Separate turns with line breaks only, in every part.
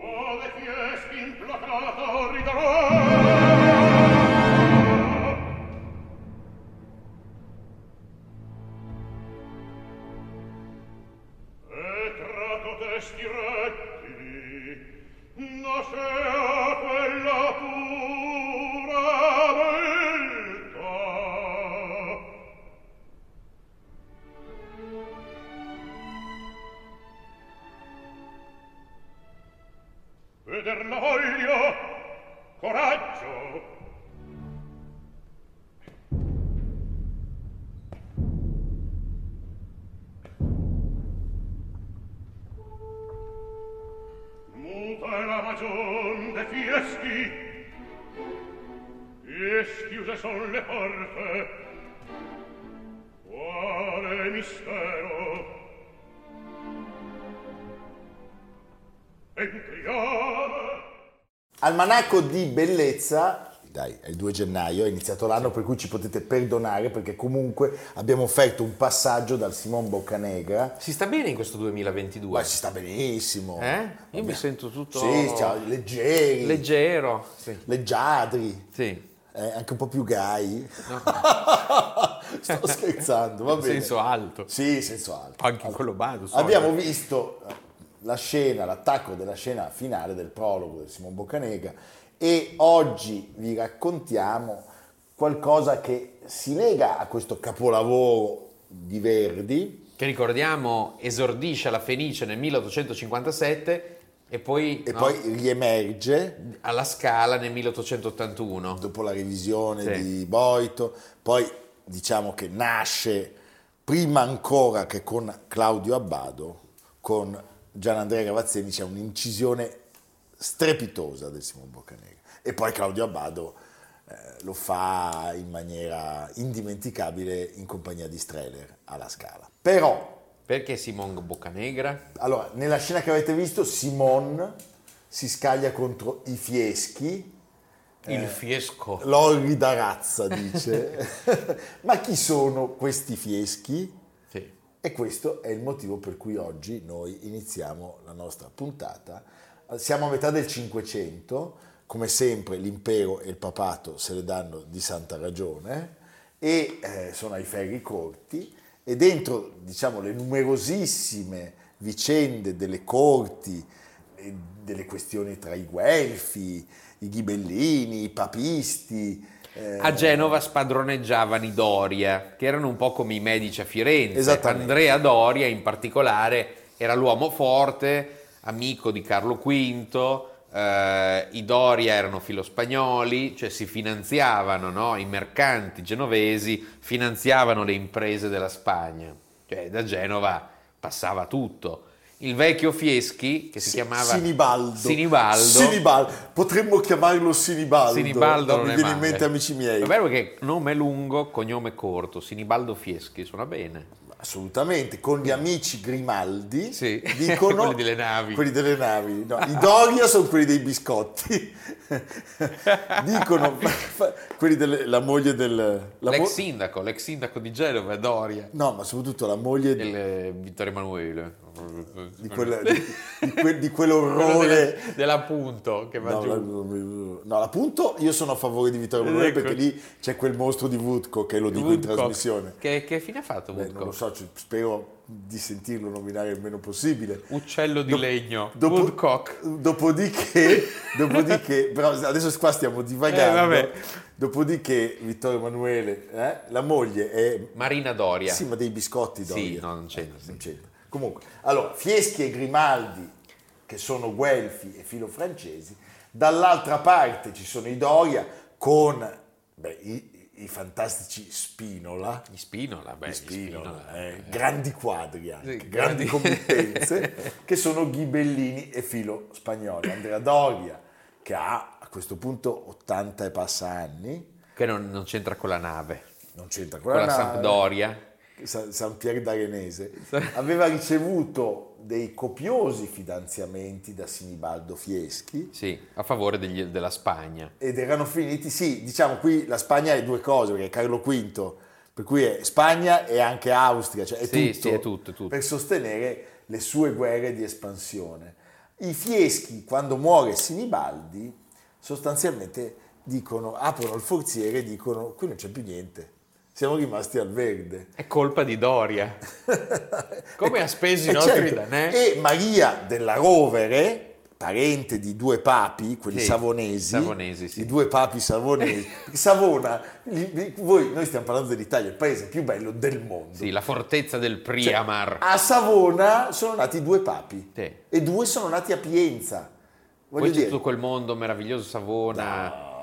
Ove fiesti implacata ridarò E tra cotesti rettili Nascea quella pura beltà Veder la voglio er coraggio Muta è la ragion de fieschi e schiuse son le porte quale mistero entriare
Almanacco di Bellezza. Dai, è il 2 gennaio, è iniziato l'anno, per cui ci potete perdonare perché comunque abbiamo offerto un passaggio dal Simon Boccanegra.
Si sta bene in questo
Ma
2022?
si sta benissimo.
Eh? Io mi sento tutto
Sì, ciao, leggeri,
leggero. Sì.
leggiadri.
sì.
Eh, anche un po' più gay. Sto scherzando, va
In
bene.
senso alto.
Sì, senso alto.
Anche in quello bado. so.
Abbiamo visto eh, la scena, l'attacco della scena finale del prologo del Simon Boccanega e oggi vi raccontiamo qualcosa che si lega a questo capolavoro di Verdi
Che ricordiamo esordisce alla Fenice nel 1857 e poi,
e
no,
poi riemerge
alla Scala nel 1881.
dopo la revisione
Sì.
di Boito, poi diciamo che nasce prima ancora che con Claudio Abbado, con Gianandrea Gavazzeni c'è un'incisione strepitosa del Simon Boccanegra e poi Claudio Abbado eh, lo fa in maniera indimenticabile in compagnia di Streller alla Scala. Però
Perché Simon Boccanegra?
allora, nella scena che avete visto, Simon si scaglia contro i fieschi Eh.
Il fiesco.
L'orrida razza, dice. Ma chi sono questi fieschi?
Sì.
E questo è il motivo per cui oggi noi iniziamo la nostra puntata. Siamo a metà del Cinquecento, come sempre l'impero e il papato se le danno di santa ragione e eh, sono ai ferri corti e dentro diciamo le numerosissime vicende delle corti e delle questioni tra i guelfi, i ghibellini, i papisti. eh,
A Genova spadroneggiavano i Doria, che erano un po' come i medici a Firenze.
Esattamente.
Andrea Doria, in particolare, era l'uomo forte, amico di Carlo V. eh, I Doria erano filospagnoli, cioè si finanziavano, no? i mercanti genovesi finanziavano le imprese della Spagna. Cioè da Genova passava tutto. Il vecchio Fieschi, che si
Sì,
chiamava
Sinibaldo.
Sinibaldo,
Sinibaldo. Potremmo chiamarlo Sinibaldo.
Sinibaldo
No,
non
mi
è
viene in
male.
mente amici miei.
È vero che nome lungo, cognome corto, Sinibaldo Fieschi, suona bene.
Assolutamente, con gli amici Grimaldi
Sì,
dicono
quelli delle navi.
quelli delle navi. No, I Doria sono quelli dei biscotti. dicono fa- fa- quelli delle, la moglie del la
L'ex
mo-
sindaco, l'ex sindaco di Genova, Doria.
No, ma soprattutto la moglie di,
Il eh, Vittorio Emanuele.
di quella- di- di que- di
Quello
quell'orrore
della- dell'appunto che va
No,
giù.
la- no, l'appunto io sono a favore di Vittorio Emanuele
Ecco.
perché lì c'è quel mostro di Woodcock che lo dico
Woodcock.
in trasmissione.
Che, che fine ha fatto
Beh, non lo
Woodcock?
so, ci- spero di sentirlo nominare il meno possibile.
Uccello di
Dop-
legno.
dopo-
Woodcock.
Dopodiché, dopodiché però adesso qua stiamo divagando.
Eh, vabbè.
Dopodiché Vittorio Emanuele, eh, la moglie è...
Marina Doria.
Sì, ma dei biscotti
Sì,
Doria.
no, non c'entra, sì.
Non c'entra. Comunque, allora, Fieschi e Grimaldi, che sono guelfi e filofrancesi, dall'altra parte ci sono i Doria con beh, i, i fantastici Spinola
Gli Spinola, beh,
di
Eh, gli
Spinola,
Spinola.
eh, grandi quadri anche,
Sì,
grandi
grandi-
committenze, che sono Ghibellini e Filo Spagnoli. Andrea Doria, che ha a questo punto 80 e passa anni,
Che non, non c'entra con la nave.
non c'entra
Con la
nave.
Sampdoria.
San, San Pier d'Arenese, aveva ricevuto dei copiosi finanziamenti da Sinibaldo Fieschi
Sì, a favore degli- della Spagna.
ed erano finiti, sì, diciamo qui la Spagna è due cose, perché è Carlo V, per cui è Spagna e anche Austria, cioè è,
Sì,
tutto,
sì, è tutto, è tutto.
per sostenere le sue guerre di espansione. I Fieschi, quando muore Sinibaldi, sostanzialmente dicono, aprono il forziere e dicono, qui non c'è più niente, siamo rimasti al verde.
È colpa di Doria. Come ha speso i
Eh,
nostri
certo.
danè?
E Maria della Rovere, parente di due papi, quelli
Sì,
savonesi,
savonesi, sì.
i due papi savonesi, perché Savona, li- voi, noi stiamo parlando dell'Italia, il paese più bello del mondo. Cioè,
Sì, la fortezza del Priamar.
A Savona sono nati due papi
Sì.
e due sono nati a Pienza. Voglio
Poi c'è
dire,
tutto quel mondo meraviglioso,
No,
Savona,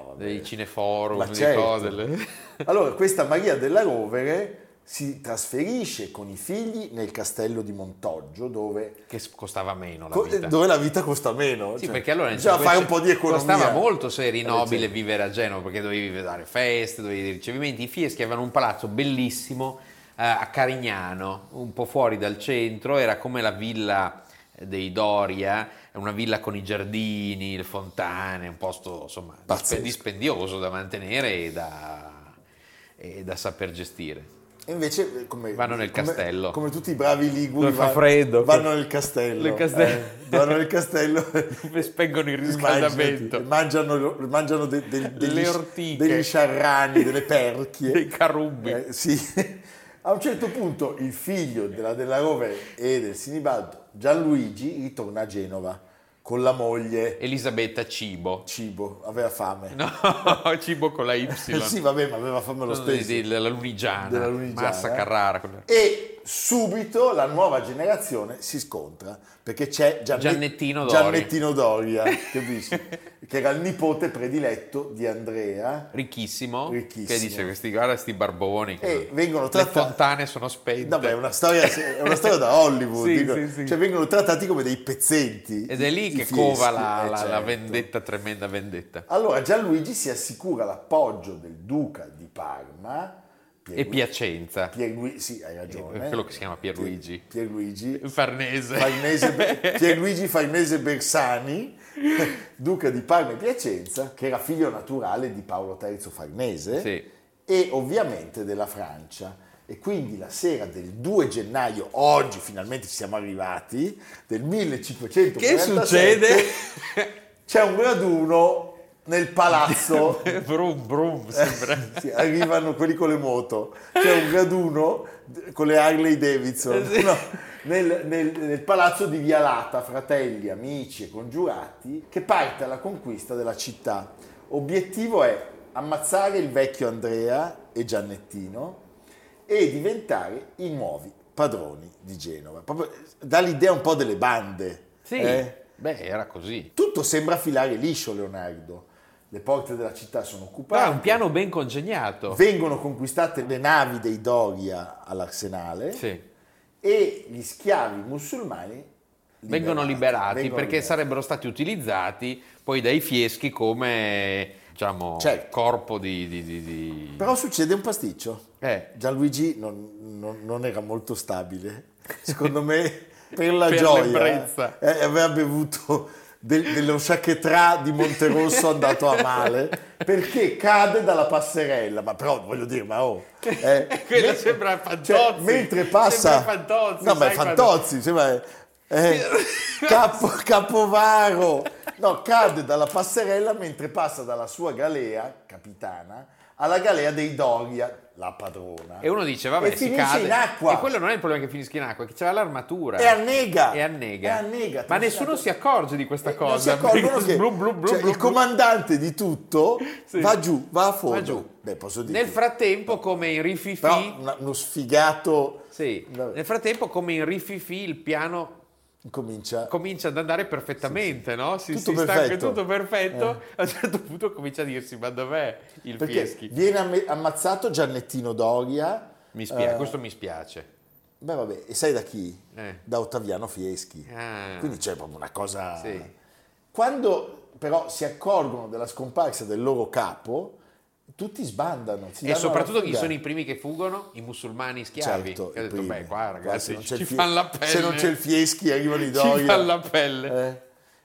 vabbè.
dei cineforum,
Ma
di
certo.
cose. le-
Allora, questa Maria della Rovere si trasferisce con i figli nel castello di Montoggio, dove
Che s- costava meno la
Co-
vita.
dove la vita costa meno.
Sì,
cioè,
perché allora
bisogna
cioè,
fare un
questo-
po' di economia.
Costava molto se eri
Eh,
nobile
sì.
vivere a Genova perché dovevi vedere feste, dovevi dei ricevimenti. I Fieschi avevano un palazzo bellissimo eh, a Carignano, un po' fuori dal centro, era come la villa eh, dei Doria, è una villa con i giardini, le fontane, un posto insomma dispe-
Pazzesco.
dispendioso da mantenere e da, e da saper gestire.
E invece, eh, come,
Vanno nel
come-
castello.
Come tutti i bravi liguri,
Dove fa
va-
freddo.
vanno nel castello.
Nel castello.
eh, vanno nel castello.
Dove spengono il riscaldamento.
Immaginati, Mangiano, lo- mangiano de- de- degli,
Le ortiche.
degli sciarrani, delle perchie.
Dei carubbi.
Eh, sì. A un certo punto il figlio della Della Rovere e del Sinibaldo, Gianluigi, ritorna a Genova con la moglie.
Elisabetta Cibo.
Cibo, aveva fame.
No, cibo con la Y.
Eh sì, vabbè, ma aveva fame lo
Sono dei-
stesso.
dei- della Lunigiana,
della Lunigiana. eh.
Massa Carrara, quella-
E subito la nuova generazione si scontra perché c'è Gianne-
Giannettino Doria.
Giannettino Doria, capisci? che era il nipote prediletto di Andrea.
ricchissimo,
Ricchissimo.
che dice questi, guarda questi barboni, che-
E vengono
le
trattati-
fontane sono spente
Vabbè, è una storia, è una storia da Hollywood,
Sì,
dico.
sì, sì.
Cioè, vengono trattati come dei pezzenti.
ed è lì
i
che
fieschi.
cova la,
Eh,
la- la
certo.
vendetta, tremenda vendetta.
Allora Gianluigi si assicura l'appoggio del duca di Parma
E
Pierlu-
Piacenza,
Pierlui- sì, hai ragione.
quello che si chiama Pierluigi.
Pier- Pierluigi.
Farnese,
Farnese- Pierluigi Farnese Bersani, duca di Parma e Piacenza, che era figlio naturale di Paolo III Farnese
Sì.
e ovviamente della Francia. E quindi la sera del 2 gennaio, oggi finalmente ci siamo arrivati, del 1547,
che succede?
C'è un raduno nel palazzo
brum brum,
Eh.
sembra.
sì, arrivano quelli con le moto, c'è un raduno con le Harley Davidson
Eh sì.
no, nel, nel- nel palazzo di Vialata, fratelli, amici e congiurati, che parte alla conquista della città. Obiettivo è ammazzare il vecchio Andrea e Giannettino e diventare i nuovi padroni di Genova. Proprio eh, dà l'idea un po' delle bande.
Sì,
eh?
beh, era così.
Tutto sembra filare liscio, Leonardo. Le porte della città sono
Però
occupate.
è Ah, un piano ben congegnato.
Vengono conquistate le navi dei Doria all'arsenale
Sì.
e gli schiavi musulmani
vengono liberati
Vengono
perché
liberati.
sarebbero stati utilizzati poi dai fieschi come diciamo
Certo.
corpo di, di- di- di-
Però succede un pasticcio.
Eh,
Gianluigi non, non- non era molto stabile. Secondo me, per la
Per
gioia,
l'ebbrezza.
eh, aveva bevuto del- dello chaquetrà di Monterosso andato a male perché cade dalla passerella. Ma però, voglio dire, ma oh, eh,
Quello
me-
sembra Fantozzi.
cioè, mentre passa,
Sembra Fantozzi,
no, ma è
sai quando-
Fantozzi, sembra, eh, Capo- Capovaro, no, cade dalla passerella mentre passa dalla sua galea capitana alla galea dei Doria, la padrona.
e uno dice vabbè
E
si
finisce
cade
in acqua.
e quello non è il problema che finisca in acqua è che c'era l'armatura
E annega.
E annega.
E annega.
ma nessuno si accorge di questa
Eh, non si
cosa
accorgono
perché
che-
blu, blu, blu,
cioè,
blu,
il
blu.
comandante di tutto
Sì.
va giù, va a fondo.
Va giù.
Beh, posso dire.
nel frattempo come in rififi
Però una- uno sfigato
sì,
Vabbè.
nel frattempo come in rififi il piano
comincia.
comincia ad andare perfettamente, no? Si,
Tutto
si stanca
perfetto. Eh.
tutto perfetto. A un certo punto comincia a dirsi: Ma dov'è il
perché
Fieschi?
viene amme- ammazzato Giannettino Doria.
Mi spia-
eh,
questo mi spiace.
Beh, vabbè, e sai da chi?
Eh.
Da Ottaviano Fieschi.
Ah.
Quindi c'è proprio una cosa.
Sì.
Quando però si accorgono della scomparsa del loro capo, tutti sbandano. si
E
danno alla
soprattutto chi
fuga.
sono i primi che fuggono? I musulmani schiavi.
Certo,
che ho
i
detto,
primi.
beh, qua
se
ragazzi,
non c'è il
ci
fie-
fanno la pelle.
Se non c'è il fieschi arrivano i
Ci
Doria.
fan la pelle.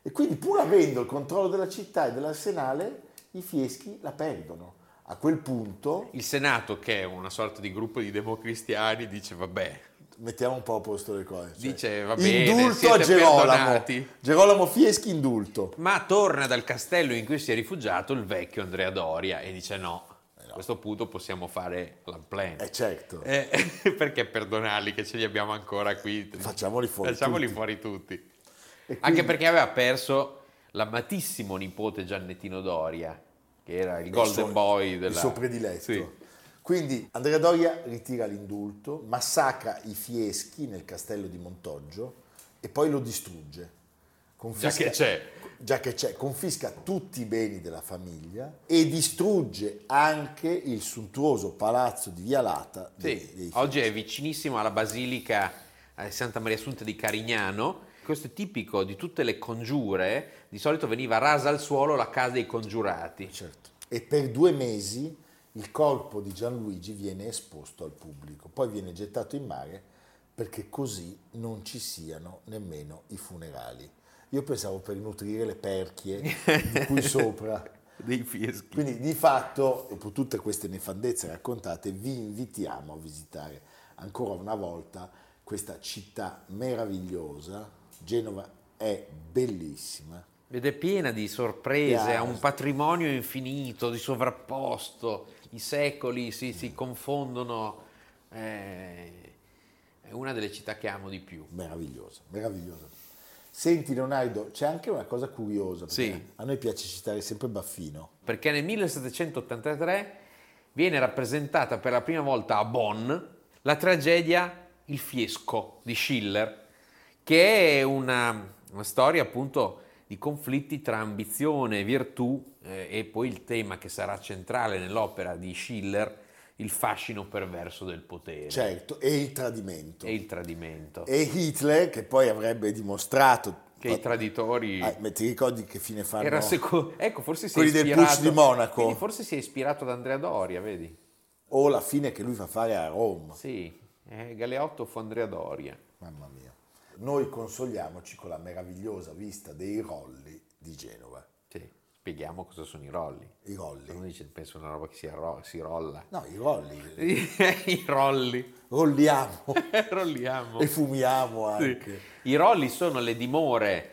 Eh. E quindi pur avendo il controllo della città e dell'arsenale, i fieschi la perdono. A quel punto
Il Senato, che è una sorta di gruppo di democristiani, dice vabbè,
mettiamo un po' a posto le cose. cioè,
Dice, va bene,
indulto a
siete
Gerolamo.
perdonati.
Gerolamo Fieschi indulto.
Ma torna dal castello in cui si è rifugiato il vecchio Andrea Doria e dice no, a questo punto possiamo fare l'unplan.
Eh certo.
Eh, perché perdonarli che ce li abbiamo ancora qui?
Facciamoli fuori
Facciamoli
tutti.
fuori tutti.
E quindi-
Anche perché aveva perso l'amatissimo nipote Giannettino Doria, che era il golden
suo-
boy della...
il suo prediletto.
Sì.
Quindi Andrea Doria ritira l'indulto, massacra i Fieschi nel castello di Montoggio e poi lo distrugge. Confisca-
Già che c'è.
Già che c'è, confisca tutti i beni della famiglia e distrugge anche il suntuoso palazzo di Via Lata. dei-
Sì,
dei Fieschi.
oggi è vicinissimo alla basilica eh, Santa Maria Assunta di Carignano. Questo è tipico di tutte le congiure. Di solito veniva rasa al suolo la casa dei congiurati.
Certo. E per due mesi il corpo di Gianluigi viene esposto al pubblico, poi viene gettato in mare perché così non ci siano nemmeno i funerali. Io pensavo per nutrire le perchie di qui sopra.
Dei fieschi.
Quindi di fatto, dopo tutte queste nefandezze raccontate, vi invitiamo a visitare ancora una volta questa città meravigliosa. Genova è bellissima,
Ed è piena di sorprese,
Chiaro.
ha un patrimonio infinito, di sovrapposto, i secoli si, si confondono. eh, è una delle città che amo di più.
meravigliosa, meravigliosa. Senti Leonardo, c'è anche una cosa curiosa, perché
Sì.
a noi piace citare sempre Baffino.
perché nel 1783 viene rappresentata per la prima volta a Bonn la tragedia Il Fiesco di Schiller, che è una, una storia appunto di conflitti tra ambizione e virtù eh, e poi il tema che sarà centrale nell'opera di Schiller, il fascino perverso del potere
Certo, e il tradimento.
e il tradimento,
E eh, Hitler, che poi avrebbe dimostrato...
che i traditori...
Ah, ma ti ricordi che fine fanno?
era seco- ecco, forse si è
quelli del
ispirato...
Putsch di Monaco.
Quindi forse si è ispirato ad Andrea Doria, vedi?
O la fine che lui fa fare a Roma.
Sì, eh, Galeotto fu Andrea Doria.
Mamma mia. Noi consoliamoci con la meravigliosa vista dei rolli di Genova.
Sì, spieghiamo cosa sono i rolli.
I rolli.
Uno dice, penso una roba che si, arro- si rolla.
No, i rolli.
I rolli, Eh,
Rolliamo
rolliamo.
e fumiamo anche.
I rolli sono le dimore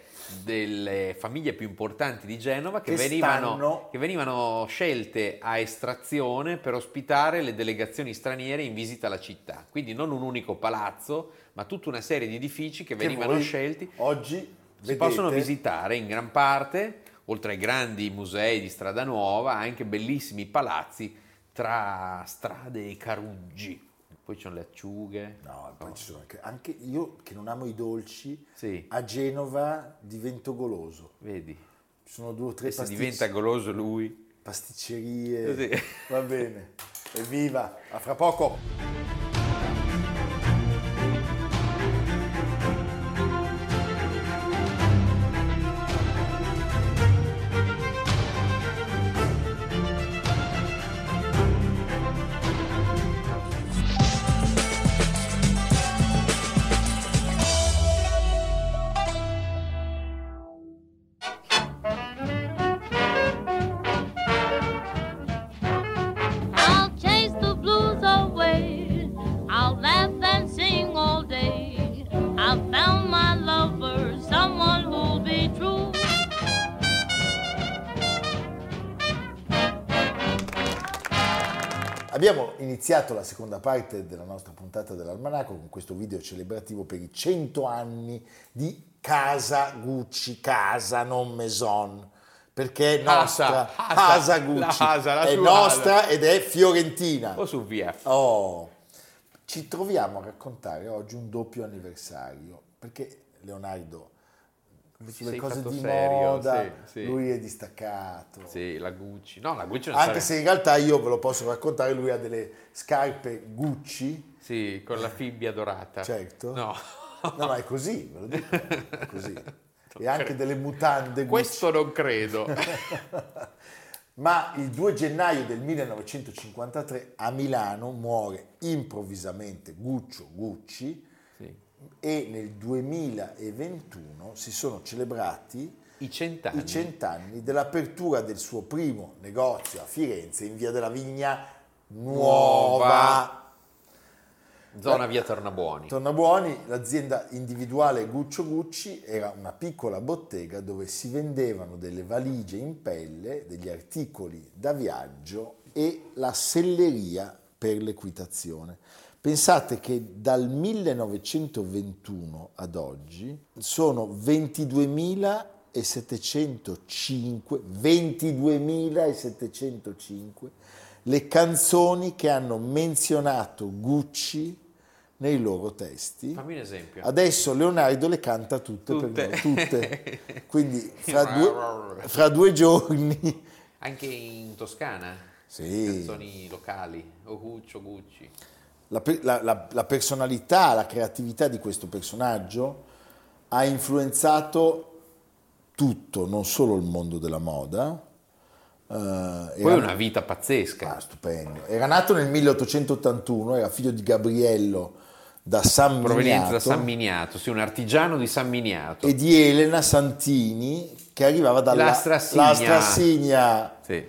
delle famiglie più importanti di Genova che,
Che
venivano,
stanno-
che venivano scelte a estrazione per ospitare le delegazioni straniere in visita alla città. Quindi non un unico palazzo, ma tutta una serie di edifici che
Che
venivano
voi
scelti
Oggi
Si
vedete-
possono visitare in gran parte, oltre ai grandi musei di Strada Nuova, anche bellissimi palazzi tra strade e caruggi. Poi ci sono le acciughe.
No, poi ci sono anche, anche io che non amo i dolci,
Sì,
a Genova divento goloso.
vedi.
Ci sono due o tre
E se
pasticci- Eh.
diventa goloso lui.
pasticcerie.
Sì.
Va bene. Evviva, a fra poco.
I'll chase the blues away. I'll laugh and sing all day. I've found my lover, someone who'll be true.
Abbiamo iniziato la seconda parte della nostra puntata dell'Almanacco con questo video celebrativo per i 100 anni di Casa Gucci, casa non Maison, perché è nostra,
Casa, casa,
Casa
la
Gucci,
casa, la
è
sua
nostra ed è fiorentina.
O su via.
Oh, ci troviamo a raccontare oggi un doppio anniversario, perché Leonardo, sulle
sei
cose
fatto
di
serio,
moda,
sì, sì.
lui è distaccato.
Sì, la Gucci. No, la Gucci non
Oh. Anche
sarebbe-
se in realtà io ve lo posso raccontare, lui ha delle scarpe Gucci,
Sì, con la fibbia dorata.
certo.
No.
No, ma è così, ve lo dico, è così. E anche delle mutande Gucci.
Questo non credo.
ma il 2 gennaio del 1953 a Milano muore improvvisamente Guccio Gucci
Sì.
e nel 2021 si sono celebrati
I cent'anni.
i cent'anni dell'apertura del suo primo negozio a Firenze in via della Vigna Nuova.
Nuova.
Eh.
Zona via Tornabuoni.
Tornabuoni, l'azienda individuale Guccio Gucci era una piccola bottega dove si vendevano delle valigie in pelle, degli articoli da viaggio e la selleria per l'equitazione. Pensate che dal 1921 ad oggi sono 22.705, 22.705 le canzoni che hanno menzionato Gucci nei loro testi.
Fammi un esempio.
Adesso Leonardo le canta tutte,
Tutte.
per noi, tutte. Quindi fra due, fra due giorni.
Anche in Toscana?
Sì.
Canzoni locali, o Guccio Gucci.
La, pe- la- la- la personalità, la creatività di questo personaggio ha influenzato tutto, non solo il mondo della moda. eh,
Poi
era-
una vita pazzesca.
Ah, stupendo. Era nato nel 1881, era figlio di Gabriello da San
proveniente da
Miniato
San Miniato, sì, un artigiano di San Miniato.
e di Elena Santini che arrivava dalla
Certo. La Strassigna.
la Strassigna.
Sì.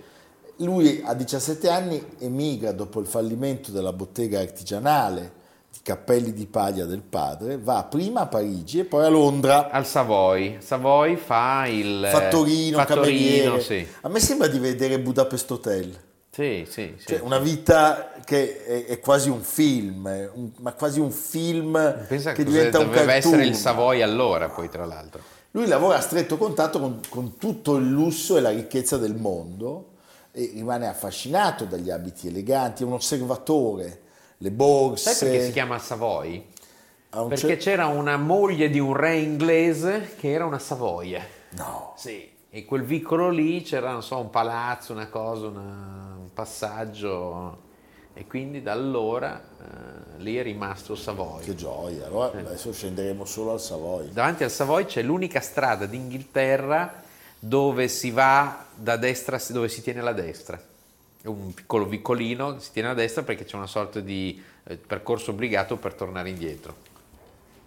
Lui a 17 anni emigra dopo il fallimento della bottega artigianale di cappelli di paglia del padre, va prima a Parigi e poi a Londra,
Al Savoy. Savoy fa il...
fattorino, cameriere.
Eh, Fattorino, sì.
A me sembra di vedere Budapest Hotel,
Sì, sì, sì.
cioè una vita che è, è quasi un film, è un- ma quasi un film
Pensa
che
cosa
diventa un
doveva
cartoon.
essere il Savoy allora, poi tra l'altro.
Lui lavora a stretto contatto con, con tutto il lusso e la ricchezza del mondo e rimane affascinato dagli abiti eleganti, è un osservatore, le borse.
Sai perché si chiama Savoy?
ha un
Perché
cer-
c'era una moglie di un re inglese che era una Savoia.
No.
Sì. E quel vicolo lì c'era, non so, un palazzo, una cosa, una- un passaggio. E quindi da allora eh, lì è rimasto Savoy.
Che gioia, allora adesso scenderemo solo al Savoy.
Davanti al Savoy c'è l'unica strada d'Inghilterra dove si va da destra, dove si tiene la destra. È un piccolo vicolino, si tiene la destra perché c'è una sorta di eh, percorso obbligato per tornare indietro.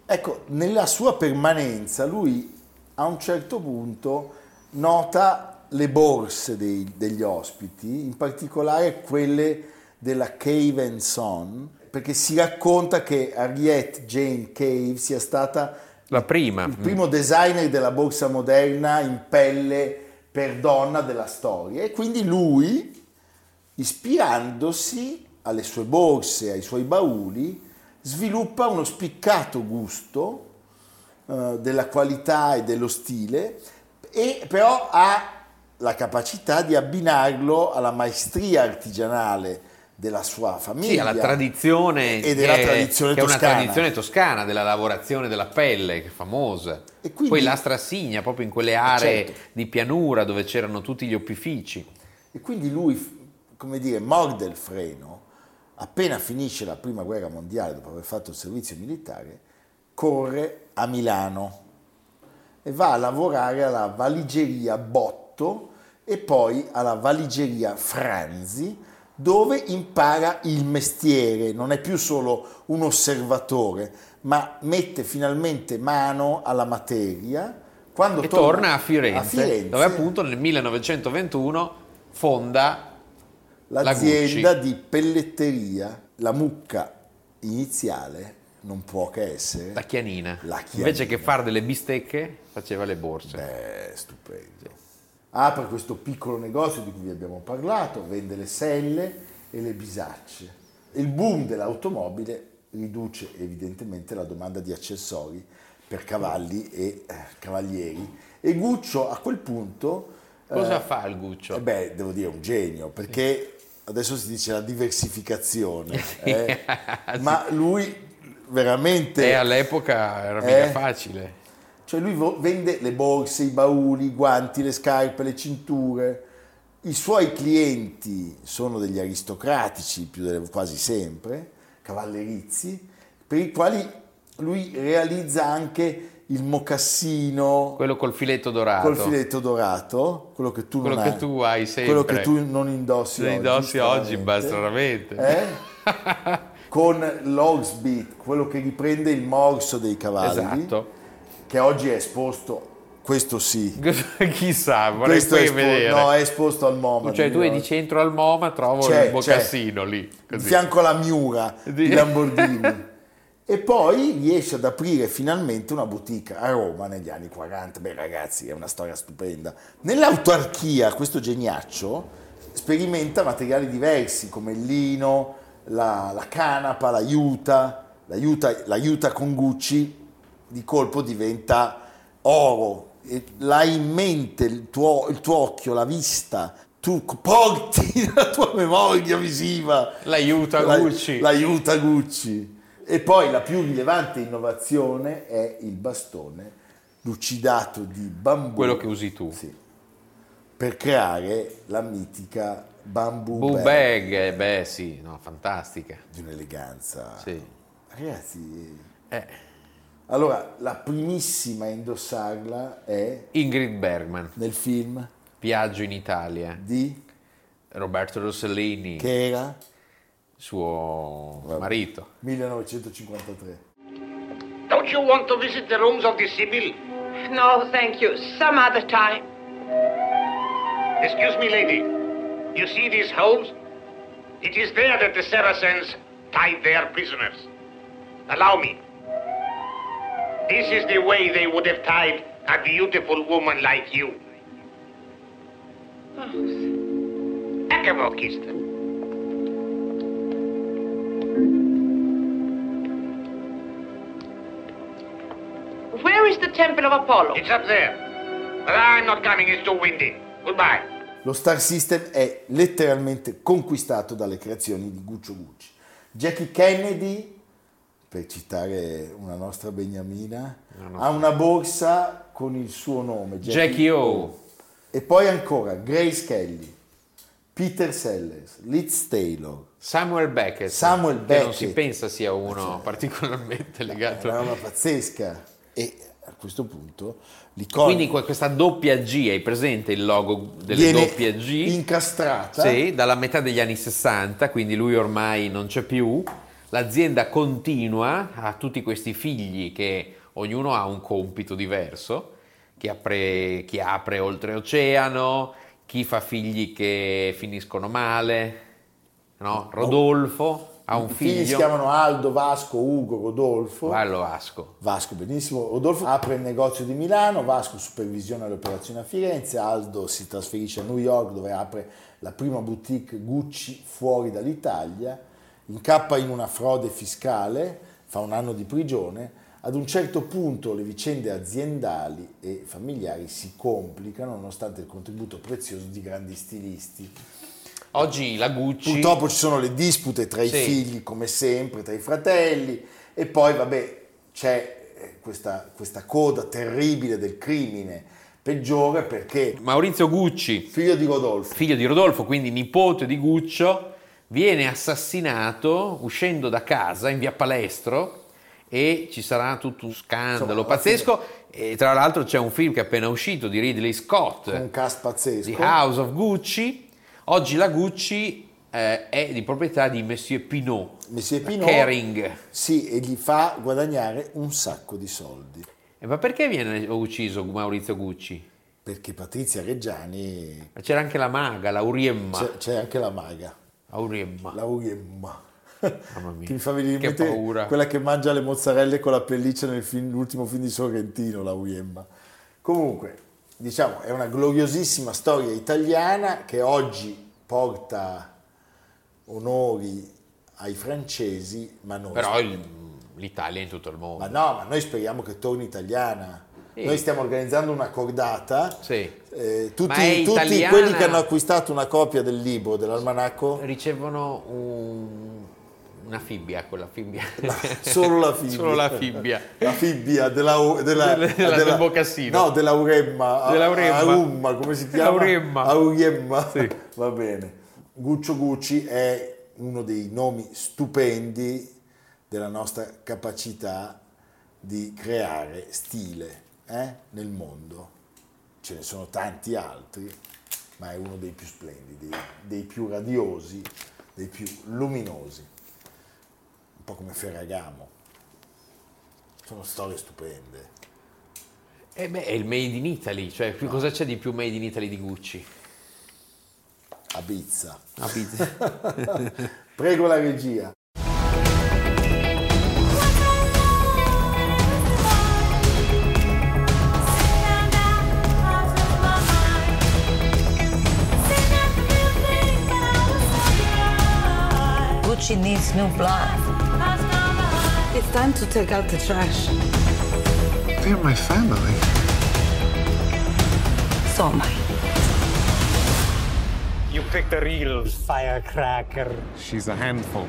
Ecco, nella sua permanenza lui a un certo punto nota le borse dei- degli ospiti, in particolare quelle della Cave and Son, perché si racconta che Harriet Jane Cave sia stata
La prima.
il primo designer della borsa moderna in pelle per donna della storia e quindi lui, ispirandosi alle sue borse, ai suoi bauli, sviluppa uno spiccato gusto eh, della qualità e dello stile e però ha la capacità di abbinarlo alla maestria artigianale della sua famiglia.
Sì, alla tradizione,
E della
che-
tradizione
che è una
toscana.
tradizione toscana della lavorazione della pelle, che è famosa.
E quindi-
Poi la Strassigna, proprio in quelle aree
Certo.
di pianura dove c'erano tutti gli opifici.
E quindi lui, f- come dire, morde il freno, appena finisce la prima guerra mondiale, dopo aver fatto il servizio militare, corre a Milano e va a lavorare alla valigeria Botto e poi alla valigeria Franzi, dove impara il mestiere, non è più solo un osservatore, ma mette finalmente mano alla materia. Quando
e torna a Firenze,
a Firenze,
dove appunto nel 1921 fonda
L'azienda
La
di pelletteria, la mucca iniziale, non può che essere.
la Chianina.
La Chianina.
Invece che fare delle bistecche, faceva le borse.
Beh, stupendo. Apre questo piccolo negozio di cui vi abbiamo parlato, vende le selle e le bisacce. Il boom dell'automobile riduce evidentemente la domanda di accessori per cavalli e eh, cavalieri. E Guccio a quel punto...
Cosa
eh,
fa il Guccio?
Eh beh, devo dire, è un genio, perché adesso si dice la diversificazione, eh? ma lui veramente...
Eh, all'epoca era
Eh.
mica facile.
Cioè lui vo- vende le borse, i bauli, i guanti, le scarpe, le cinture. I suoi clienti sono degli aristocratici, più delle- quasi sempre, cavallerizi, per i quali lui realizza anche il mocassino
Quello col filetto dorato.
col filetto dorato, quello che tu
Quello
non
che
hai,
tu hai sempre.
quello che tu non indossi
Lo
oggi,
indossi oggi,
stranamente.
beh, stranamente.
Eh? Con l'Hogsbeat, quello che riprende il morso dei cavalli,
Esatto.
che oggi è esposto, questo sì,
Chissà, vorrei
questo
poi
è esposto,
vedere.
no, è esposto al MoMA.
cioè,
di
tu
New
vedi
York.
centro al MoMA, trovo
C'è,
il mocassino lì.
in
Così.
fianco alla Miura
Di-
di Lamborghini. e poi riesce ad aprire finalmente una boutique a Roma negli anni 40. Beh, ragazzi, è una storia stupenda. Nell'autarchia, questo geniaccio sperimenta materiali diversi come il lino, la, la canapa, la juta, la juta, la juta con Gucci, di colpo diventa oro. E l'hai in mente il tuo, il tuo occhio, la vista, tu porti la tua memoria visiva
L'aiuta
la-
Gucci.
L'aiuta Gucci. E poi la più rilevante innovazione è il bastone lucidato di bambù.
Quello che usi tu.
Sì. Per creare la mitica bambù
Boo
bag,
bag, eh, beh sì, no, fantastica.
di un'eleganza.
Sì.
Ragazzi,
Eh,
allora la primissima a indossarla è
Ingrid Bergman,
nel film
Viaggio in Italia,
di
Roberto Rossellini,
che era
suo marito.
1953.
Don't you want to visit the rooms of the Sibyl?
No, thank you. Some other time.
Excuse me, lady. You see these holes? It is there that the Saracens tied their prisoners. Allow me. This is the way they would have tied a beautiful woman like you. Ekavokist.
Where is the Temple of Apollo?
It's up there. But I'm not coming, it's too windy. Goodbye.
Lo Star System è letteralmente conquistato dalle creazioni di Guccio Gucci. Jackie Kennedy, per citare una nostra beniamina, ha una borsa con il suo nome.
Jackie O,
E poi ancora Grace Kelly, Peter Sellers, Liz Taylor.
Samuel Beckett,
Samuel
che non si
Beckett.
pensa sia uno particolarmente legato
Era una pazzesca. E a questo punto
Quindi
l'icona
que- questa doppia G, hai presente il logo delle
viene
doppia G?
incastrata.
Sì, dalla metà degli anni 60, quindi lui ormai non c'è più. L'azienda continua, ha tutti questi figli che ognuno ha un compito diverso, chi apre, chi apre oltreoceano, chi fa figli che finiscono male, no? Rodolfo ha un
I Oh. figli si
figlio,
chiamano Aldo, Vasco, Ugo, Rodolfo.
Vallo Asco.
Vasco benissimo, Rodolfo apre il negozio di Milano, Vasco supervisiona le operazioni a Firenze, Aldo si trasferisce a New York dove apre la prima boutique Gucci fuori dall'Italia, incappa in una frode fiscale, fa un anno di prigione, ad un certo punto le vicende aziendali e familiari si complicano nonostante il contributo prezioso di grandi stilisti.
Oggi la Gucci...
Purtroppo ci sono le dispute tra i
Sì.
figli, come sempre, tra i fratelli, e poi vabbè c'è eh, questa, questa coda terribile del crimine, peggiore perché
Maurizio Gucci,
figlio di Rodolfo,
figlio di Rodolfo, quindi nipote di Guccio, viene assassinato uscendo da casa in via Palestro e ci sarà tutto un scandalo
Insomma, alla
pazzesco. E tra l'altro c'è un film che è appena uscito di Ridley Scott,
un cast
The
pazzesco,
House of Gucci. Oggi la Gucci eh, è di proprietà di Monsieur Pinot,
Messie
la
Pinot,
Kering.
sì, e gli fa guadagnare un sacco di soldi,
E Eh, Ma perché viene ucciso Maurizio Gucci?
perché Patrizia Reggiani,
Ma C'era anche la maga, la Uriemma.
c'è, c'è anche la maga,
Auriemma.
la Uriemma.
Mamma mia,
Che mi fa venire in
che
mente
paura.
quella che mangia le mozzarelle con la pelliccia nel film- l'ultimo film di Sorrentino, la Uemma. Comunque, diciamo, è una gloriosissima storia italiana che oggi porta onori ai francesi, ma noi,
Però il- l'Italia è in tutto il mondo.
ma no, ma noi speriamo che torni italiana.
Sì.
Noi stiamo organizzando una cordata.
Sì.
Eh,
Ma
tutti
è
tutti
italiana?
quelli che hanno acquistato una copia del libro, dell'almanacco,
ricevono un- una fibbia, quella fibbia.
Solo la fibbia.
Solo la fibbia.
La fibbia della, u- della,
Della- della- del Bocassino.
No, della Uremma. a-
Della Uremma.
a Uremma, come si chiama?
Uremma.
A Uremma.
Sì.
Va bene. Guccio Gucci è uno dei nomi stupendi della nostra capacità di creare stile eh, nel mondo. Ce ne sono tanti altri, ma è uno dei più splendidi, dei più radiosi, dei più luminosi. Un po' come Ferragamo. Sono storie stupende.
Eh beh, è il Made in Italy, cioè più- cosa c'è di più Made in Italy di Gucci?
A Bizza.
A pizza.
Prego la regia.
Gucci needs new blood.
It's time to take out the trash.
They're my family.
So am I.
You picked a real firecracker.
She's a handful.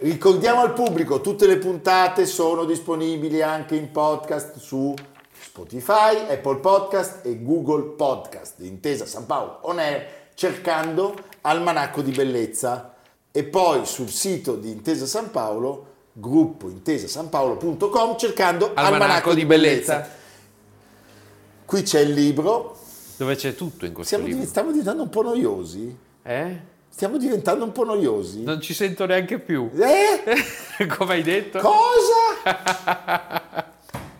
Ricordiamo al pubblico, tutte le puntate sono disponibili anche in podcast su Spotify, Apple Podcast e Google Podcast, di Intesa San Paolo On Air, cercando Almanacco di Bellezza. E poi sul sito di Intesa San Paolo, gruppointesasanpaolo.com, cercando Almanacco, di Bellezza. Qui c'è il libro.
Dove c'è tutto in questo
Siamo div-
libro.
stiamo diventando un po' noiosi.
Eh?
Stiamo diventando un po' noiosi.
Non ci sento neanche più.
Eh?
Come hai detto?
Cosa?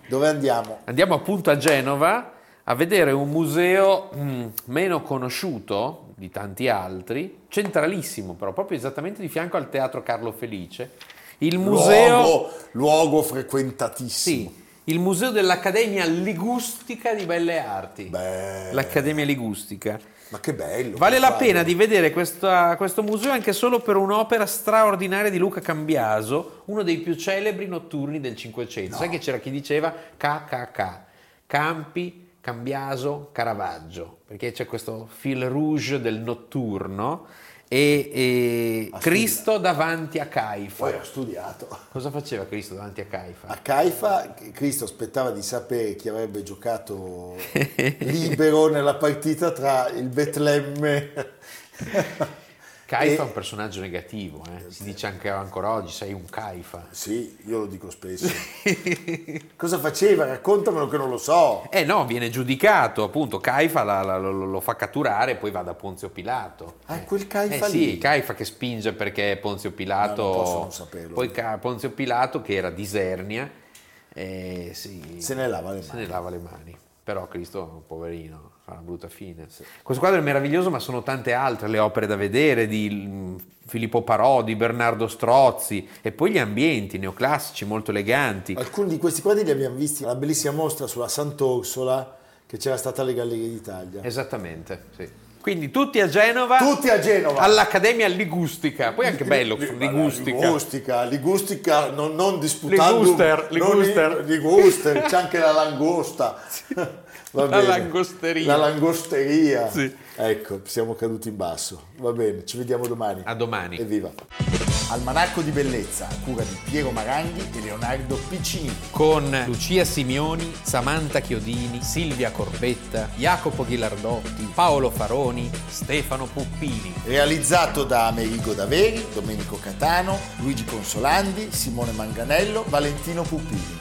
Dove andiamo?
Andiamo appunto a Genova a vedere un museo mm, meno conosciuto di tanti altri, centralissimo però, proprio esattamente di fianco al Teatro Carlo Felice. Il museo...
Luogo, luogo frequentatissimo.
Sì, il Museo dell'Accademia Ligustica di Belle Arti.
Beh,
L'Accademia Ligustica.
ma che bello.
Vale
che
la
bello.
pena di vedere questa- questo museo anche solo per un'opera straordinaria di Luca Cambiaso, uno dei più celebri notturni del Cinquecento. Sai che c'era chi diceva KKK, Campi, Cambiaso, Caravaggio, perché c'è questo fil rouge del notturno e, e
Ah, sì.
Cristo davanti a Caifa.
Poi ho studiato.
Cosa faceva Cristo davanti a Caifa?
A Caifa Cristo aspettava di sapere chi avrebbe giocato libero nella partita tra il Betlemme.
Caifa
E-
è un personaggio negativo, eh. si dice anche ancora oggi, sei un Caifa.
Sì, io lo dico spesso. Cosa faceva? Raccontamelo che non lo so.
Eh no, viene giudicato, appunto, Caifa la- la- lo, lo fa catturare e poi va da Ponzio Pilato.
Ah, quel Caifa
eh, sì,
lì.
Caifa che spinge perché Ponzio Pilato...
No, non posso non saperlo.
Poi Ca- Ponzio Pilato, che era di Isernia, eh, sì,
Se ne lava le
se
mani.
ne lava le mani. Però Cristo, poverino, fa una brutta fine. Questo quadro è meraviglioso, ma sono tante altre le opere da vedere di mm, Filippo Parodi, Bernardo Strozzi e poi gli ambienti neoclassici molto eleganti.
Alcuni di questi quadri li abbiamo visti alla bellissima mostra sulla Sant'Orsola che c'era stata alle Gallerie d'Italia.
Esattamente, sì. Quindi tutti a Genova,
Tutti a Genova.
all'Accademia Ligustica. Poi anche bello, Ligustica.
Ligustica, Ligustica, non, non disputando.
Liguster,
non-
Liguster.
Liguster, c'è anche la langosta. Va
La
bene.
langosteria.
La langosteria.
Sì.
Ecco, siamo caduti in basso. Va bene, ci vediamo domani.
A domani.
Evviva. Almanacco di bellezza, a cura di Piero Maranghi e Leonardo Piccini.
Con Lucia Simioni, Samantha Chiodini, Silvia Corbetta, Jacopo Ghilardotti, Paolo Faroni, Stefano Puppini.
Realizzato da Amerigo Daveri, Domenico Catano, Luigi Consolandi, Simone Manganello, Valentino Pupini.